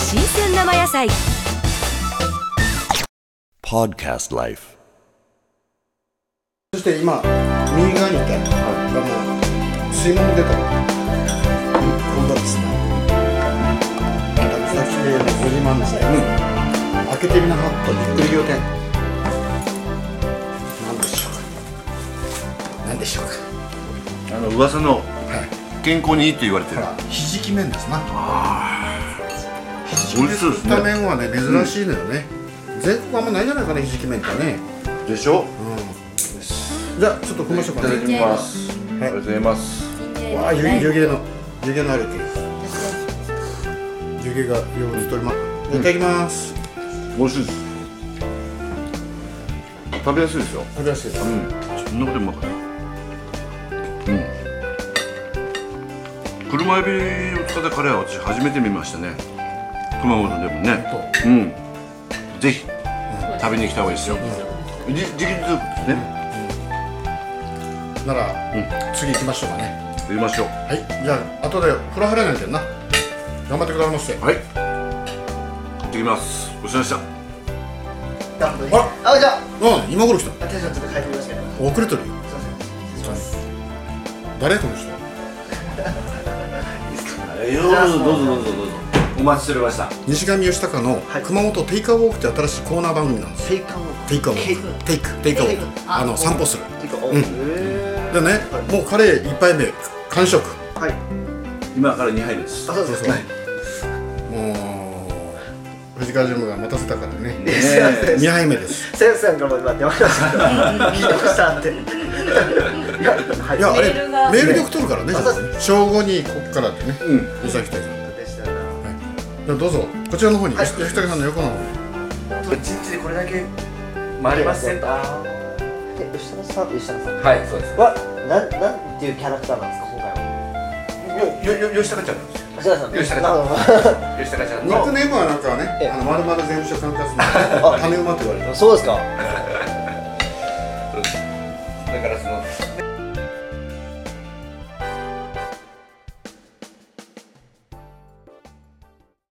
生野菜 Podcast Life. そして今右側にいて、あの水門出た今度はですね旅先でのご自慢の際に、開けてみなかったびっくり仰天何でしょうか何でしょうかあの噂のはい健康にいいと言われてほるらひじき麺ですなひじき美麺味しそうです作ねった麺はね珍しいのよね、全国あんまないじゃないかねひじき麺ってねでしょじゃあちょっとこの人いかたらだねきますありがとうございますわあ湯湯気の湯気のある湯気がようにとりまいただきます美味しいです食べやすいですよ食べやすいですそんなことうまかったうん車エビを使ったカレーは私初めて見ましたね熊本でもねうんぜひ食べに来た方がいいですよじ時期ずですねなら、次行きましょうかね行きましょうはいじゃあ後で風呂入らないけどな頑張ってくださいませはい行ってきますごちそうさまでしたダンプですああ、じゃあ、うん今頃来た私はちょっと帰ってきましたけど、す遅れてるよいません。失礼します。誰この人どうぞどうぞどうぞどうぞお待ちしておりました西上義孝のはい熊本テイクアウォークって新しいコーナー番組なんですよテイクアウト。テイクアウォテイクークテイクテイクアウォークあの散歩するテイクアウト。うんへでねはいもうカレー1杯目完食ーはい。今から2杯目ですあ、そうですね。もう藤川ジムが待たせたからねえすいません。 2杯目ですセンさんからも今電話しましたけど、聞いてましたって。いや、はいやあれメールがメールで送っとるからねあじゃあそうね正午にこっからってねうん吉崎さんじでしたな。ゃあどうぞこちらの方にはい吉崎さんの横の方に一日でこれだけ回りませんかえ、吉田さん、吉田さん。はいそうですは、なん、なんていうキャラクターなんですか、今回は。よよよ吉高ちゃんなんですよ吉田さん。吉田さん吉高ちゃんニックのネームはなんかえねえあの丸々全社参加 するの種馬って言われるん。そうですか。だからその